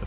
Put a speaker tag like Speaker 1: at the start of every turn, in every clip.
Speaker 1: The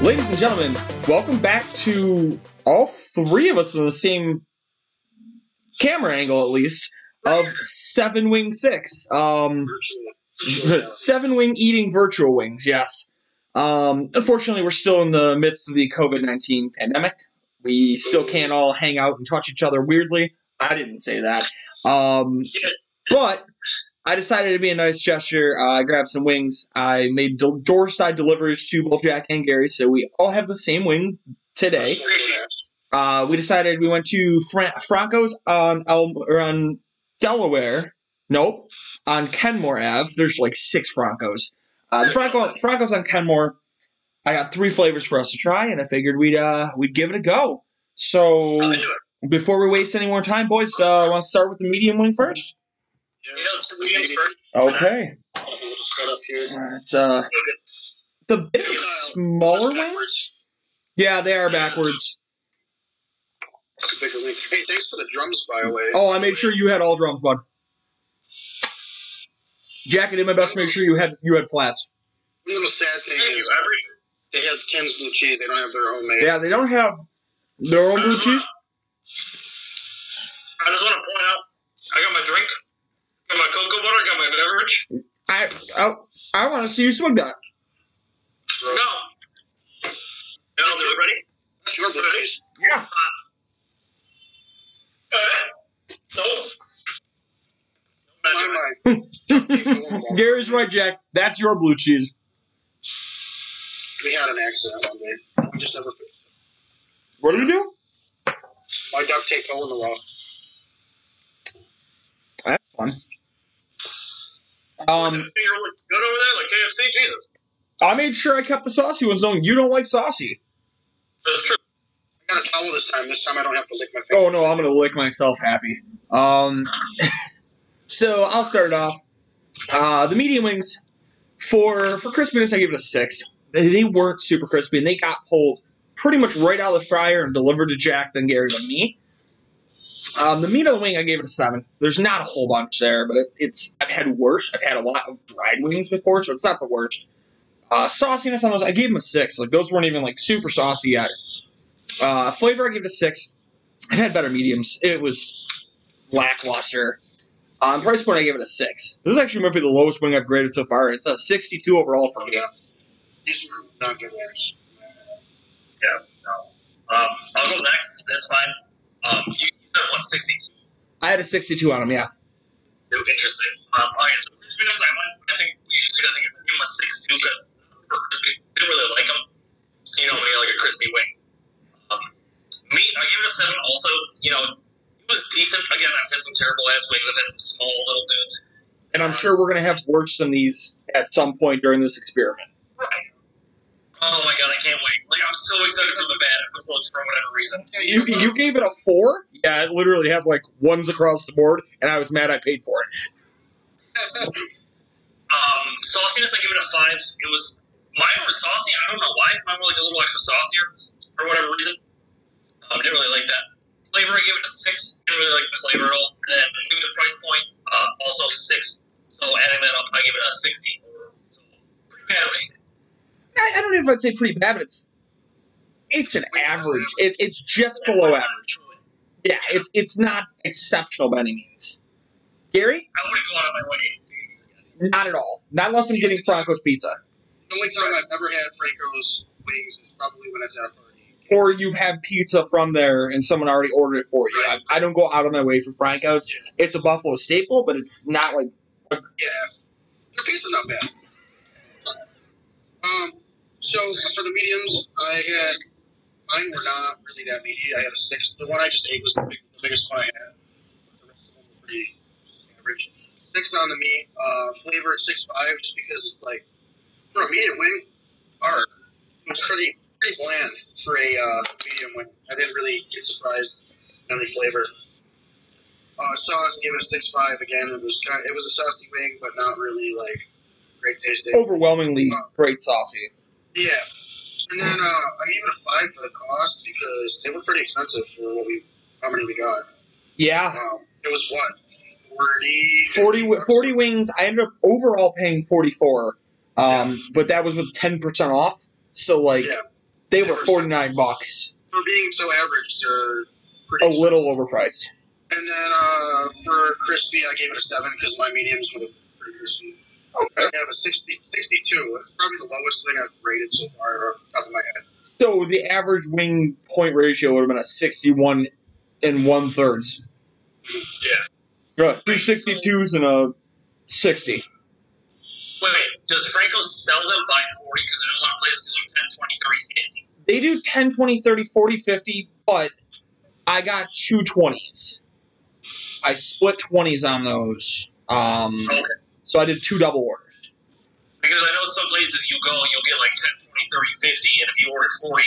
Speaker 2: Ladies and gentlemen, welcome back to all three of us in the same camera angle, at least, of Seven Wing Six. Um, seven Wing Eating Virtual Wings, yes. Um, unfortunately, we're still in the midst of the COVID 19 pandemic. We still can't all hang out and touch each other weirdly. I didn't say that. Um, but I decided to be a nice gesture. Uh, I grabbed some wings. I made del- door side deliveries to both Jack and Gary, so we all have the same wing today. Uh, we decided we went to Fra- Franco's on El- or on Delaware. Nope, on Kenmore Ave. There's like six Francos. Uh, the Franco Franco's on Kenmore. I got three flavors for us to try, and I figured we'd uh, we'd give it a go. So before we waste any more time, boys, uh, want to start with the medium wing first? Okay. It's uh the bit smaller one. Yeah, they are backwards.
Speaker 3: Hey, thanks for the drums, by the way.
Speaker 2: Oh, I made sure you had all drums, bud. Jack, I did my best to make sure you had you had flats.
Speaker 3: The little sad thing is they have Ken's blue cheese. They don't have their homemade.
Speaker 2: Yeah, they don't have their own blue cheese.
Speaker 4: I just want to point out, I got my drink, got my cocoa butter, got my beverage.
Speaker 2: I I, I want to see you swing that.
Speaker 4: No. Now they're ready.
Speaker 3: That's your blue cheese.
Speaker 2: Yeah.
Speaker 4: Uh, no.
Speaker 3: Mine, mine.
Speaker 2: Gary's right, Jack. That's your blue cheese.
Speaker 3: We had an accident one day. I just never.
Speaker 2: What did you do?
Speaker 3: My duct tape hole in the wall.
Speaker 2: That's fun.
Speaker 4: Um,
Speaker 2: Um,
Speaker 4: finger look good over there, like KFC. Jesus,
Speaker 2: I made sure I kept the saucy ones, knowing you don't like saucy.
Speaker 4: that's true.
Speaker 3: I got a towel this time. This time I don't have to lick my finger.
Speaker 2: Oh no, I'm gonna lick myself happy. Um, so I'll start it off. Uh, the medium wings for for crispiness, I give it a six. They, they weren't super crispy, and they got pulled pretty much right out of the fryer and delivered to Jack, then Gary, then me. Um, the meat on the wing, I gave it a seven. There's not a whole bunch there, but it, it's I've had worse. I've had a lot of dried wings before, so it's not the worst. Uh, sauciness on those, I gave them a six. Like those weren't even like super saucy yet. Uh, flavor, I give it a six. I've had better mediums. It was lackluster. Um, price point, I gave it a six. This actually might be the lowest wing I've graded so far. It's a 62 overall for
Speaker 3: Oh,
Speaker 2: me.
Speaker 3: yeah. These were not good ones.
Speaker 4: Um, I'll go next. That's fine. Um, you said 160.
Speaker 2: I had a 62 on them. Yeah,
Speaker 4: Interesting. Um, all right, so crispiness, I, went, I think we should. I think I give them a six too because for crispy, didn't really like them. You know, maybe like a crispy wing. Um, meat, I give it a seven. Also, you know, it was decent. Again, I've had some terrible ass wings. I've had some small little dudes.
Speaker 2: and I'm sure we're gonna have worse than these at some point during this experiment.
Speaker 4: Oh my god, I can't wait. Like, I'm so excited for the bad episodes for whatever reason.
Speaker 2: You you gave it a four? Yeah, I literally had like ones across the board, and I was mad I paid for it.
Speaker 4: Um, sauciness, I give it a five. It was, mine were saucy. I don't know why. Mine were like a little extra saucier for whatever reason. Um, didn't really like that. Flavor, I give it a six. Didn't really like the flavor at all. And give it a price point, uh, also six. So adding that up, I give it a 16. So, pretty badly.
Speaker 2: I, I don't know if I'd say pretty bad, but it's it's an average. It, it's just below average. Yeah, it's it's not exceptional by any means. Gary,
Speaker 4: I wouldn't go out of my way.
Speaker 2: not at all. Not unless I'm getting Franco's pizza.
Speaker 3: The only time I've ever had Franco's wings is probably when I was at a party.
Speaker 2: or you have pizza from there and someone already ordered it for you. I, I don't go out of my way for Franco's. It's a Buffalo staple, but it's not like
Speaker 3: Yeah. Their pizza's not bad. Um, so for the mediums, I had mine were not really that meaty. I had a six. The one I just ate was the, big, the biggest one I had. The rest of them were pretty average. Six on the meat. Uh, flavor six five, just because it's like for a medium wing, art. It was pretty pretty bland for a uh, medium wing. I didn't really get surprised in any flavor. Uh, sauce, give it a six five again. It was kind it was a saucy wing, but not really like great tasting.
Speaker 2: Overwhelmingly great saucy.
Speaker 3: Yeah, and then uh, I gave it a five for the cost because they were pretty expensive for what we how many we got.
Speaker 2: Yeah.
Speaker 3: Um, it was what forty.
Speaker 2: 40,
Speaker 3: 50
Speaker 2: wi-
Speaker 3: bucks?
Speaker 2: 40 wings. I ended up overall paying 44, um, but that was with 10% off. So, like,
Speaker 3: Yeah.
Speaker 2: they were 49 bucks.
Speaker 3: for being so average, they're pretty.
Speaker 2: A little overpriced.
Speaker 3: expensive. And then uh, for crispy, I gave it a seven because my mediums were the pretty crispy. I have a 60, 62. It's probably the lowest thing I've rated so far off the top of my head.
Speaker 2: So, the average wing point ratio would have been a 61 and one thirds.
Speaker 4: Yeah.
Speaker 2: Right. Two 62s and a 60.
Speaker 4: Wait, wait. Does Franco sell them by 40? Because I know a lot of places do like 10, 20, 30,
Speaker 2: They
Speaker 4: 50.
Speaker 2: do 10, 20, 30, 40, 50, but I got two 20s. I split 20s on those. Um,
Speaker 4: Okay.
Speaker 2: so I did two double orders.
Speaker 4: Because I know some places you go, you'll get like 10, 20, 30, 50, and if you order 40,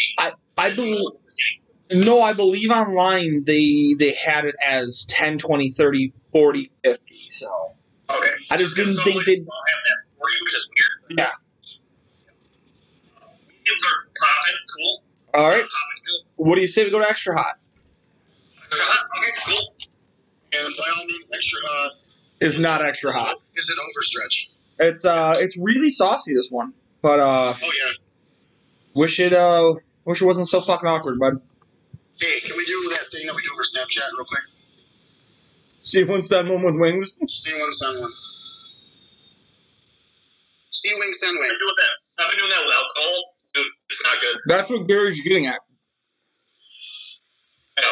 Speaker 2: I believe, no, I believe online they they had it as 10, 20, 30, 40, 50. So
Speaker 4: Okay.
Speaker 2: I just didn't
Speaker 4: Some
Speaker 2: think
Speaker 4: places
Speaker 2: they-
Speaker 4: don't have that for you, which is weird.
Speaker 2: Yeah.
Speaker 4: Mediums are popping, cool.
Speaker 2: all right,
Speaker 4: Popping, cool.
Speaker 2: what do you say we go to extra hot?
Speaker 4: Extra hot, okay, cool.
Speaker 3: And by all means, extra hot.
Speaker 2: It's not extra hot.
Speaker 3: Is it overstretch?
Speaker 2: It's uh, it's really saucy this one, but uh,
Speaker 3: Oh yeah.
Speaker 2: wish it uh, wish it wasn't so fucking awkward, bud.
Speaker 3: Hey, can we do that thing that we do over Snapchat real quick?
Speaker 2: See one send one with wings.
Speaker 3: See one, send one. See wing, send
Speaker 4: I've
Speaker 3: wing.
Speaker 4: been doing that. I've been doing that with alcohol. Dude, it's not good.
Speaker 2: That's what Gary's getting at.
Speaker 4: Yeah.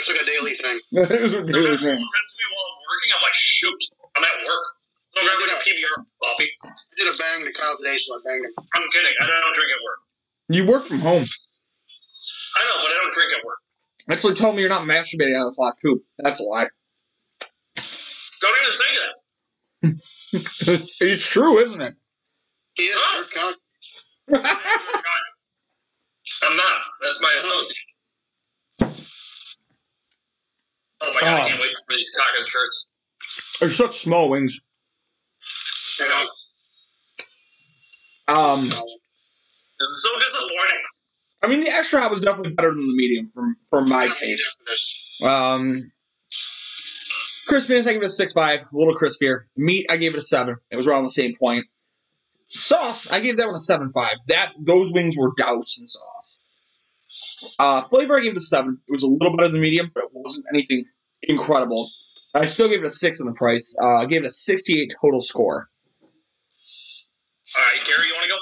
Speaker 3: It's like a daily thing.
Speaker 2: That is what Gary's
Speaker 4: Sometimes
Speaker 2: getting. at.
Speaker 4: me while I'm working, I'm like, shoot, I'm at work. So I'm grabbing a PBR coffee.
Speaker 3: I did a bang to Kyle today, so I banged him.
Speaker 4: I'm kidding. I don't drink at work.
Speaker 2: You work from home.
Speaker 4: I know, but I don't drink at work.
Speaker 2: Actually, told me you're not masturbating on the clock too. That's a lie.
Speaker 4: Don't even think of that.
Speaker 2: it's true, isn't it?
Speaker 3: He is a jerk cock.
Speaker 4: I'm not. That's my associate. Oh my god, I can't wait for these cock shirts.
Speaker 2: There's such small wings.
Speaker 3: You know,
Speaker 2: Um,
Speaker 4: This is so disappointing.
Speaker 2: I mean, the extra hot was definitely better than the medium from for my taste. Um, crispiness, I gave it a six five, a little crispier. Meat, I gave it a seven. It was around the same point. Sauce, I gave that one a seven five. That those wings were doused in sauce. Uh, flavor, I gave it a seven. It was a little better than medium, but it wasn't anything incredible. I still gave it a six on the price. Uh, I gave it a sixty-eight total score.
Speaker 4: All right, Gary, you want to go?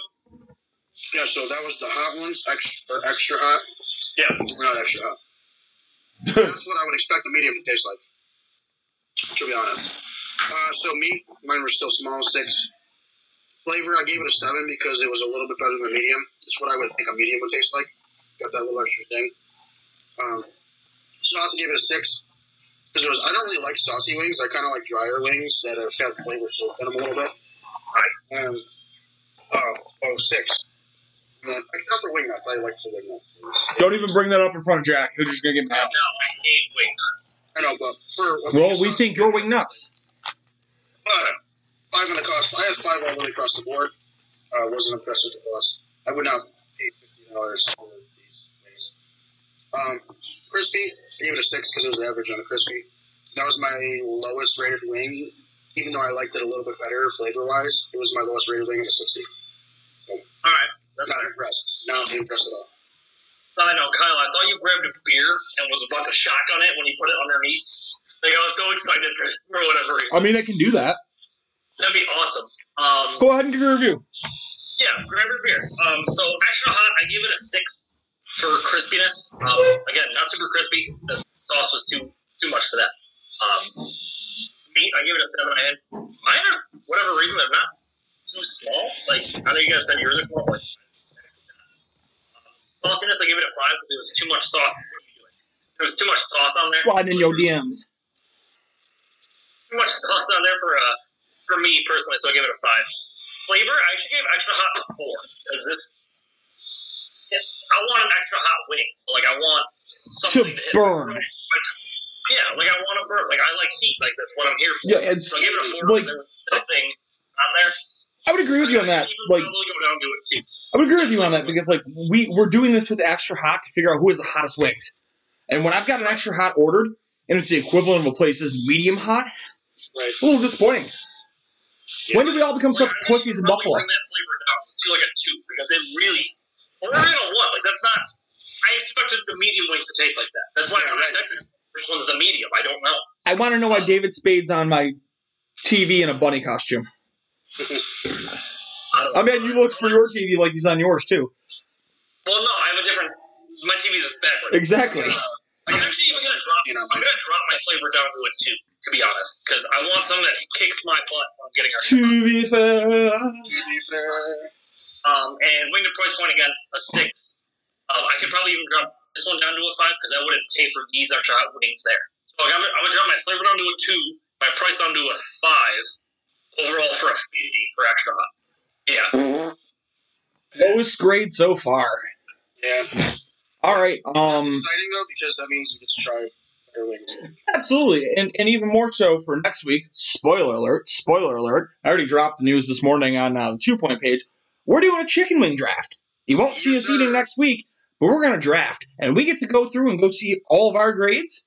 Speaker 3: Yeah, so that was the hot ones, extra, or extra hot.
Speaker 4: Yeah.
Speaker 3: We're not extra hot. That's what I would expect the medium to taste like. To be honest. Uh, so meat, mine were still small six. Flavor, I gave it a seven because it was a little bit better than the medium. It's what I would think a medium would taste like. Got that little extra thing. Um, sauce, I gave it a six because it was. I don't really like saucy wings. I kind of like drier wings that have got flavor to them a little bit. Right. Um, oh, oh, six. And then, except for wing nuts, I like Uh, the wing nuts.
Speaker 2: Don't even bring that up in front of Jack. They're just gonna get mad.
Speaker 4: No, I hate wing nuts.
Speaker 3: I know, but for
Speaker 2: Well, we think you're wing nuts.
Speaker 3: But five on the cost. I had five all the way across the board. Uh, wasn't impressed with the cost. I would not pay fifty dollars for these things. Um, crispy. I gave it a six because it was the average on a crispy. That was my lowest rated wing. Even though I liked it a little bit better flavor wise, it was my lowest rated wing at a sixty.
Speaker 4: All right, that's
Speaker 3: Not
Speaker 4: fine.
Speaker 3: impressed. Not impressed at all.
Speaker 4: I know, Kyle. I thought you grabbed a beer and was about to shotgun it when you put it underneath. Like I was so excited for, for whatever reason.
Speaker 2: I mean, I can do that.
Speaker 4: That'd be awesome. Um,
Speaker 2: Go ahead and give your review.
Speaker 4: Yeah, grab your beer. Um, so extra hot, I give it a six for crispiness. Um, again, not super crispy. The sauce was too too much for that. Um, meat, I give it a seven. I had mine are whatever reason they're not too small. Like I know you guys said yours are small. Like, um, sauciness, I give it a five because it was too much sauce. What are you doing? There was too much sauce on there.
Speaker 2: Slide in your DMs.
Speaker 4: Too much sauce on there for uh, for me personally, so I give it a five. Flavor, I actually gave extra hot a four. Is this I want an extra hot wing. So like I want something to, hit my
Speaker 2: burn.
Speaker 4: throat. Like, yeah, like I want to burn. Like I like heat. Like that's what I'm here for.
Speaker 2: Yeah, and
Speaker 4: so I give it a four.
Speaker 2: like-
Speaker 4: Like, there was nothing on there.
Speaker 2: I would agree with you on that. Like,
Speaker 4: Even though you don't do it cheap.
Speaker 2: I would agree with you on that because like we we're doing this with extra hot to figure out who has the hottest wings. And when I've got an extra hot ordered and it's the equivalent of a place that's medium hot,
Speaker 3: Right.
Speaker 2: a little disappointing. When did we all become such
Speaker 4: Like, I think
Speaker 2: pussies
Speaker 4: you
Speaker 2: in
Speaker 4: probably
Speaker 2: Buffalo?
Speaker 4: Bring that flavor down to like a two because it really, or even a one. Like that's not. I expected the medium wings to taste like that. That's why
Speaker 3: Yeah,
Speaker 4: I'm
Speaker 3: right.
Speaker 4: texting which one's the medium. I don't know.
Speaker 2: I want to know why David Spade's on my TV in a bunny costume.
Speaker 4: I don't
Speaker 2: I mean, you look for your TV like he's on yours too.
Speaker 4: Well, no, I have a different. My TV's is backwards.
Speaker 2: Exactly.
Speaker 3: I
Speaker 4: I'm
Speaker 3: got
Speaker 4: actually even gonna drop.
Speaker 3: you know,
Speaker 4: I'm gonna drop my flavor down to a two, to be honest, because I want something that kicks my butt on getting our.
Speaker 2: To be fair,
Speaker 3: to be fair,
Speaker 4: Um, and wing to price point again, a six. Um, I could probably even drop this one down to a five because I wouldn't pay for these extra hot wings there. So like, I'm, gonna- I'm gonna drop my flavor down to a two, my price down to a five, overall for a fifty for extra hot. Yeah,
Speaker 2: lowest grade so far.
Speaker 3: yeah. It's
Speaker 2: All right. Um.
Speaker 3: exciting though because that means we get to try better wings.
Speaker 2: Absolutely, and and even more so for next week. Spoiler alert! Spoiler alert! I already dropped the news this morning on uh, the two point page. We're doing a chicken wing draft. You won't see us eating next week, but we're going to draft, and we get to go through and go see all of our grades,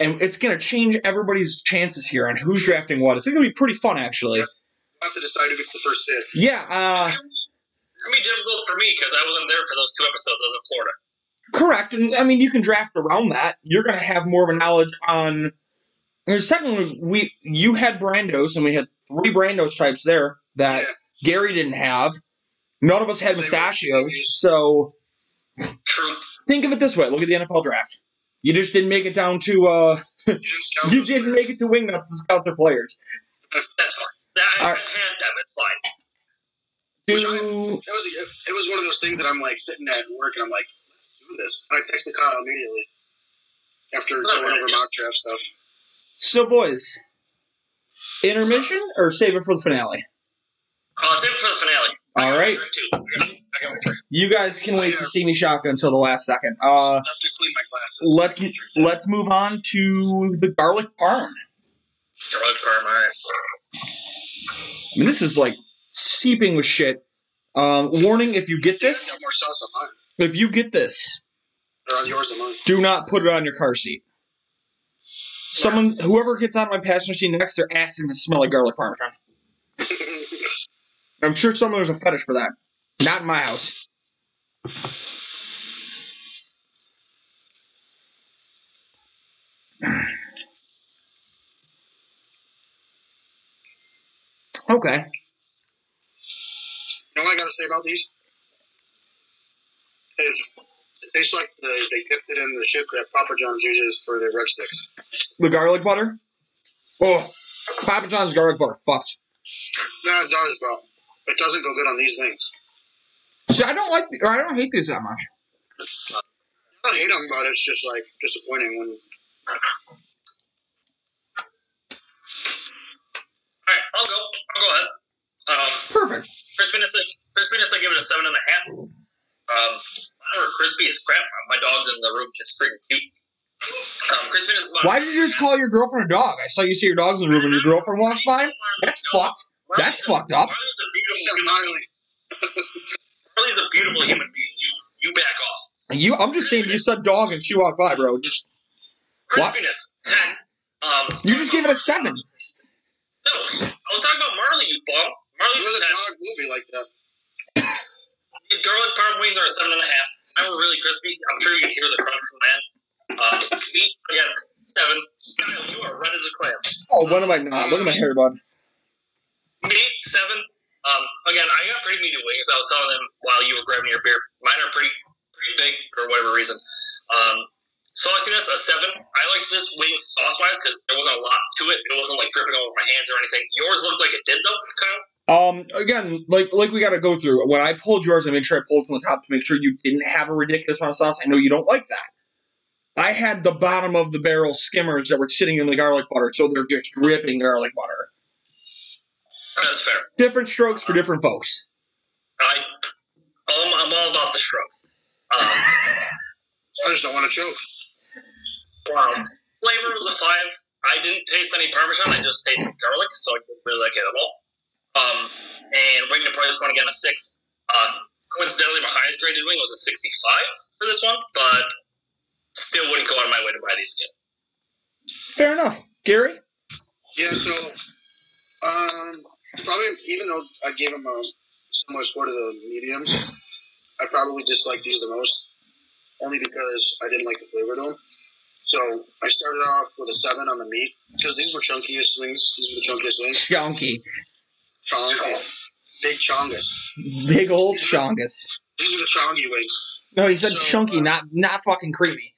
Speaker 2: and it's going to change everybody's chances here on who's drafting what. It's going to be pretty fun, actually.
Speaker 3: We'll have to decide if it's the first pick.
Speaker 2: Yeah, uh,
Speaker 4: it's gonna be difficult for me because I wasn't there for those two episodes. I was in Florida.
Speaker 2: correct. And I mean, you can draft around that. You're going to have more of a knowledge on. and Secondly, we you had Brandos, and we had three Brandos types there that.
Speaker 3: yeah.
Speaker 2: Gary didn't have. None of us had mustachios. So
Speaker 4: True.
Speaker 2: think of it this way: look at the NFL draft. You just didn't make it down to. uh
Speaker 3: You didn't count
Speaker 2: You
Speaker 3: those
Speaker 2: didn't
Speaker 3: players.
Speaker 2: make it to wingnuts to scout their players.
Speaker 4: That's fine. That,
Speaker 2: All
Speaker 4: I've
Speaker 2: right.
Speaker 4: had them. It's fine.
Speaker 2: Do
Speaker 3: That was it was one of those things that I'm like sitting at work and I'm like, let's do this. And I texted Kyle immediately after
Speaker 4: It's not
Speaker 3: going
Speaker 4: bad,
Speaker 3: over
Speaker 4: yeah.
Speaker 3: mock draft stuff.
Speaker 2: so, boys. Intermission or save it for the finale.
Speaker 4: Uh, save it for the finale.
Speaker 2: All right,
Speaker 4: Drink two. I got- I got my drink.
Speaker 2: you guys can wait to see me shotgun until the last second. Uh,
Speaker 3: I have to clean my glasses.
Speaker 2: let's let's move on to the garlic parm.
Speaker 4: Your lips are mine.
Speaker 2: I mean, this is like seeping with shit. Um, warning: if you get
Speaker 3: Yeah, I
Speaker 2: this,
Speaker 3: got more sauce on mine.
Speaker 2: if you get this,
Speaker 3: Or on yours than mine.
Speaker 2: Do not put it on your car seat. Someone, whoever gets on my passenger seat next, their ass is gonna smell like garlic parmesan. I'm sure someone there's a fetish for that. Not in my house. Okay.
Speaker 3: You know what I gotta say about these? Is it tastes like the, they dipped it in the shit that Papa John's uses for their red sticks.
Speaker 2: The garlic butter. Oh, Papa John's garlic butter fucks.
Speaker 3: No, it does, but it doesn't go good on these wings.
Speaker 2: See, I don't like, or I don't hate these that much.
Speaker 3: I don't hate them, but it's just like disappointing when
Speaker 4: All right, I'll go. I'll go ahead. Um,
Speaker 2: Perfect.
Speaker 4: crispiness, like, crispiness, I give it a seven and a half. Um, mine were crispy as crap. My dog's in the room, just freaking cute. Um, crispiness. is about-
Speaker 2: Why did you just call your girlfriend a dog? I saw you see your dogs in the room and your girlfriend walks by. That's fucked. That's fucked up.
Speaker 4: Marley's a
Speaker 3: it's so
Speaker 4: beautiful.
Speaker 3: gnarly.
Speaker 4: Marley's a beautiful human being. You, you back off.
Speaker 2: You, I'm just saying, you said dog and she walked by, bro. Just What?
Speaker 4: Crispiness ten. Um,
Speaker 2: you just gave it a seven.
Speaker 4: No, I was talking about Marley. You bum.
Speaker 3: It
Speaker 4: Marley's
Speaker 3: was
Speaker 4: a
Speaker 3: a
Speaker 4: ten.
Speaker 3: dog movie like that.
Speaker 4: These garlic parm wings are a seven and a half. They were really crispy. I'm sure you can hear the crunch from that. Um, meat again, seven. Kyle, you are red as a clam.
Speaker 2: Oh, when am I not? Look at my hair, bud.
Speaker 4: Meat seven. Um, again, I got pretty meaty wings. I was telling them while you were grabbing your beer. Mine are pretty pretty big for whatever reason. Um, sauciness a seven. I liked this wing sauce wise because there wasn't a lot to it. It wasn't like dripping over my hands or anything. Yours looked like it did though, Kyle.
Speaker 2: Um, again, like like we got to go through. When I pulled yours, I made sure I pulled from the top to make sure you didn't have a ridiculous amount of sauce. I know you don't like that. I had the bottom of the barrel skimmers that were sitting in the garlic butter, so they're just dripping garlic butter.
Speaker 4: That's fair.
Speaker 2: Different strokes for different folks.
Speaker 4: I, I'm, I'm all um, about the shrubs. Um,
Speaker 3: just don't want to choke.
Speaker 4: Wow. Flavor was a five. I didn't taste any parmesan. I just tasted garlic, so I didn't really like it at all. Um, and wing the price one again a six. Uh, coincidentally, my highest graded wing was a sixty-five for this one, but still wouldn't go out of my way to buy these yet.
Speaker 2: Fair enough. Gary?
Speaker 3: Yeah, so um, probably even though I gave him a similar score to the mediums, I probably disliked these the most, only because I didn't like the flavor to them. So I started off with a seven on the meat because these were chunkiest wings. These were the chunkiest wings.
Speaker 2: Chonky.
Speaker 3: Chong, big chonga.
Speaker 2: Big old chongus.
Speaker 3: These are the chongy wings.
Speaker 2: No, he said
Speaker 3: So,
Speaker 2: chunky,
Speaker 3: uh,
Speaker 2: not not fucking creamy.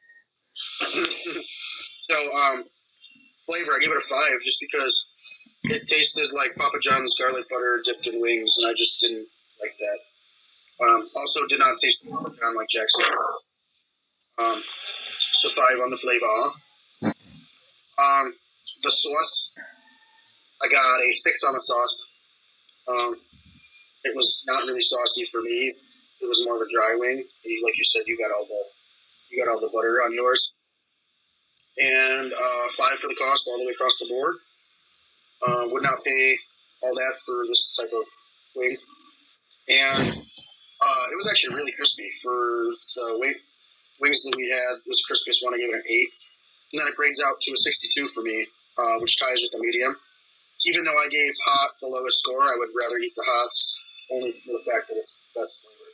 Speaker 3: so, um, flavor, I gave it a five just because it tasted like Papa John's garlic butter dipped in wings, and I just didn't like that. Um, also, did not taste Papa John like Jackson. Um, so five on the flavor. Um, the sauce, I got a six on the sauce. Um, it was not really saucy for me. It was more of a dry wing. You- Like you said, you got all the you got all the butter on yours and uh, five for the cost all the way across the board. Uh, would not pay all that for this type of wing. And uh, it was actually really crispy for the wing, wings that we had. It was the crispiest one. I gave it an eight, and then it grades out to a sixty-two for me, uh, which ties with the medium. Even though I gave hot the lowest score, I would rather eat the hots only for the fact that it's the best flavor.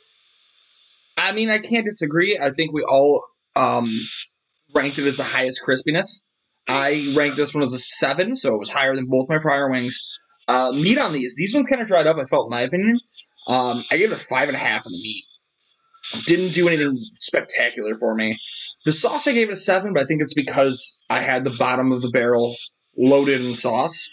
Speaker 2: I mean, I can't disagree. I think we all um, ranked it as the highest crispiness. I ranked this one as a seven, so it was higher than both my prior wings. Uh, meat on these, these ones kind of dried up. I felt, in my opinion, um, I gave it a five and a half on the meat. Didn't do anything spectacular for me. The sauce, I gave it a seven, but I think it's because I had the bottom of the barrel loaded in sauce.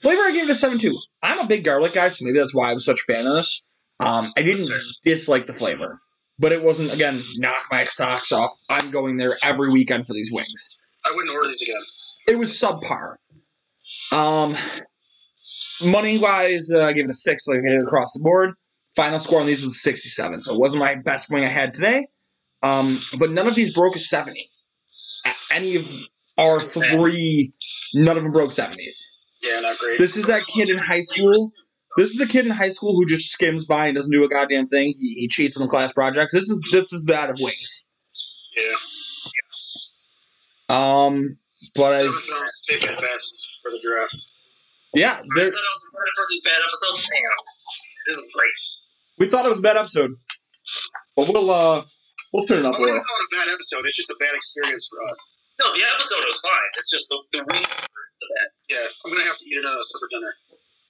Speaker 2: Flavor, I gave it a seven too. I'm a big garlic guy, so maybe that's why I was such a fan of this. Um, I didn't dislike the flavor but it wasn't again knock my socks off. I'm going there every weekend for these wings.
Speaker 3: I wouldn't order these again.
Speaker 2: It was subpar. Um, money wise, uh, I gave it a six, like I did across the board. Final score on these was a 67, so it wasn't my best wing I had today. Um, but none of these broke a 70. A- Any of our three, none of them broke 70s.
Speaker 3: Yeah, not great.
Speaker 2: This is that kid in high school. This is the kid in high school who just skims by and doesn't do a goddamn thing. He, he cheats on the class projects. This is this is that of wings.
Speaker 3: yeah,
Speaker 2: Um, but I,
Speaker 3: seven pounds, pick at best for the draft.
Speaker 2: yeah,
Speaker 4: First
Speaker 2: there,
Speaker 4: that I was excited for these bad episodes. Hang on. This is great.
Speaker 2: we thought it was a bad episode, but we'll uh, we'll turn it up
Speaker 3: I
Speaker 2: a
Speaker 3: wouldn't
Speaker 2: little.
Speaker 3: call it a bad episode. It's just a bad experience for us.
Speaker 4: No, the episode was fine. It's just the, the wing. Probably
Speaker 3: Yeah, I'm gonna have to eat it uh, supper dinner.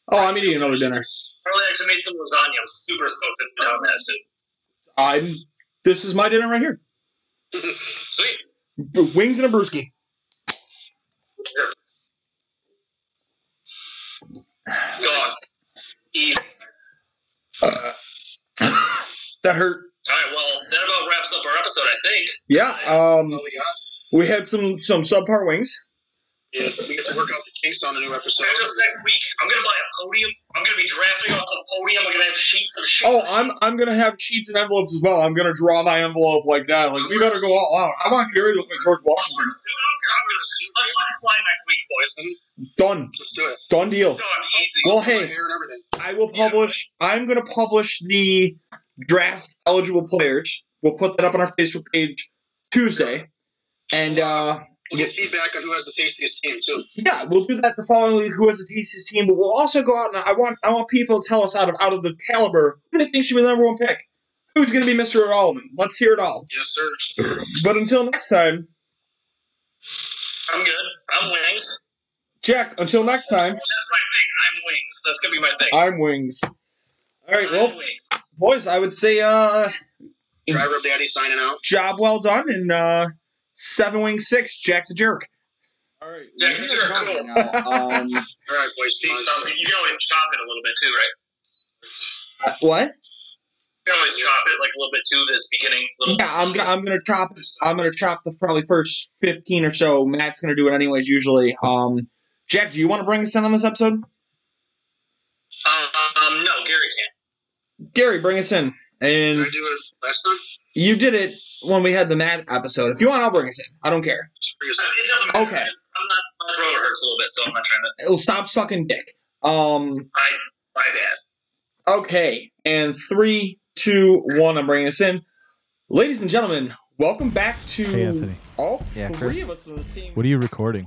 Speaker 2: Oh, I'm eating another dinner.
Speaker 4: actually made some lasagna. I'm super stoked to put down that soon.
Speaker 2: I'm. This is my dinner right here.
Speaker 4: Sweet.
Speaker 2: B- wings and a brewski.
Speaker 4: Gone. Easy.
Speaker 2: That hurt.
Speaker 4: All right. Well, that about wraps up our episode. I think.
Speaker 2: Yeah.
Speaker 3: That's
Speaker 2: Um,
Speaker 3: all we got.
Speaker 2: we had some some subpar wings.
Speaker 3: Yeah, we get to work out the kinks on a new episode.
Speaker 4: Back up next week. I'm gonna buy a podium. I'm gonna be drafting off the podium. I'm gonna have sheets of shit.
Speaker 2: Oh, I'm I'm gonna have sheets and envelopes as well. I'm gonna draw my envelope like that. Like we better go all out. I want Gary to look like George Washington.
Speaker 3: I'm gonna shoot
Speaker 4: Let's
Speaker 3: you.
Speaker 4: let it fly next week, boys.
Speaker 2: Done.
Speaker 3: Let's do it.
Speaker 2: Done deal.
Speaker 4: Done. Easy.
Speaker 2: Well,
Speaker 3: My
Speaker 2: hey.
Speaker 3: hair and everything.
Speaker 2: I will publish. I'm going to publish the draft eligible players. We'll put that up on our Facebook page Tuesday, and uh,
Speaker 3: We'll get feedback on who has the tastiest team too.
Speaker 2: yeah, we'll do that the following week. Who has the tastiest team? But we'll also go out and I want I want people to tell us out of out of the caliber who they think should be the number one pick. Who's going to be Mister Allman? Let's hear it all.
Speaker 3: Yes, sir.
Speaker 2: But until next time,
Speaker 4: I'm good. I'm wings.
Speaker 2: Jack. Until next time,
Speaker 4: That's my thing. I'm wings. That's gonna be my thing.
Speaker 2: I'm Wings. All right, well,
Speaker 4: I'm wings.
Speaker 2: boys, I would say uh,
Speaker 3: Driver Daddy signing out.
Speaker 2: job well done, and uh, seven wing six. Jack's a jerk.
Speaker 5: All right.
Speaker 4: Jack, sure, cool.
Speaker 5: Um,
Speaker 3: All right, boys.
Speaker 4: You
Speaker 3: Peace.
Speaker 4: can always chop it a little bit too, right?
Speaker 2: what?
Speaker 4: You can always chop it like a little bit too. This beginning little.
Speaker 2: Yeah, I'm gonna I'm gonna chop I'm gonna chop the probably first fifteen or so. Matt's gonna do it anyways. Usually, um, Jack, do you want to bring us in on this episode?
Speaker 4: Um, no, Gary can't.
Speaker 2: Gary, bring us in.
Speaker 3: Did
Speaker 2: And
Speaker 3: I do it last time?
Speaker 2: you did it. when we had the Matt episode. If you want, I'll bring us in. I don't care.
Speaker 4: Uh, It doesn't matter.
Speaker 2: Okay.
Speaker 4: I just- I'm not. My throat hurts a little bit, so I'm not trying to.
Speaker 2: It'll stop sucking dick. Um.
Speaker 4: I, my bad.
Speaker 2: Okay. And three, two, one. I'm bringing us in, ladies and gentlemen. Welcome back to
Speaker 1: Hey, Anthony.
Speaker 2: all
Speaker 6: Yeah,
Speaker 2: three
Speaker 6: Chris.
Speaker 2: of us in the same.
Speaker 1: What are you recording?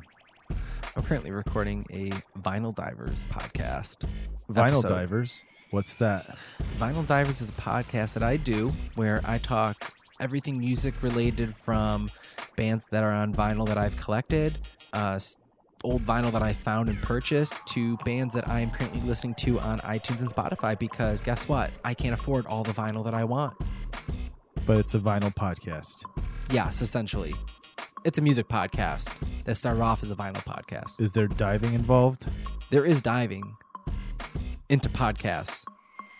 Speaker 6: I'm currently recording a Vinyl Divers podcast.
Speaker 1: Vinyl
Speaker 6: Episode.
Speaker 1: Divers. What's that?
Speaker 6: Vinyl Divers is a podcast that I do where I talk everything music related from bands that are on vinyl that I've collected, uh, s- old vinyl that I found and purchased, to bands that I am currently listening to on iTunes and Spotify because guess what? I can't afford all the vinyl that I want.
Speaker 1: But it's a vinyl podcast.
Speaker 6: Yes, essentially. It's a music podcast that started off as a vinyl podcast.
Speaker 1: Is there diving involved?
Speaker 6: There is diving into podcasts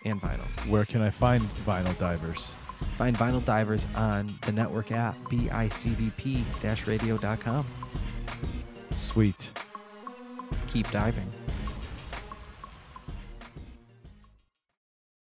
Speaker 6: and vinyls.
Speaker 1: Where can I find Vinyl Divers?
Speaker 6: Find Vinyl Divers on the network app, bicbp-radio.com.
Speaker 1: Sweet.
Speaker 6: Keep diving.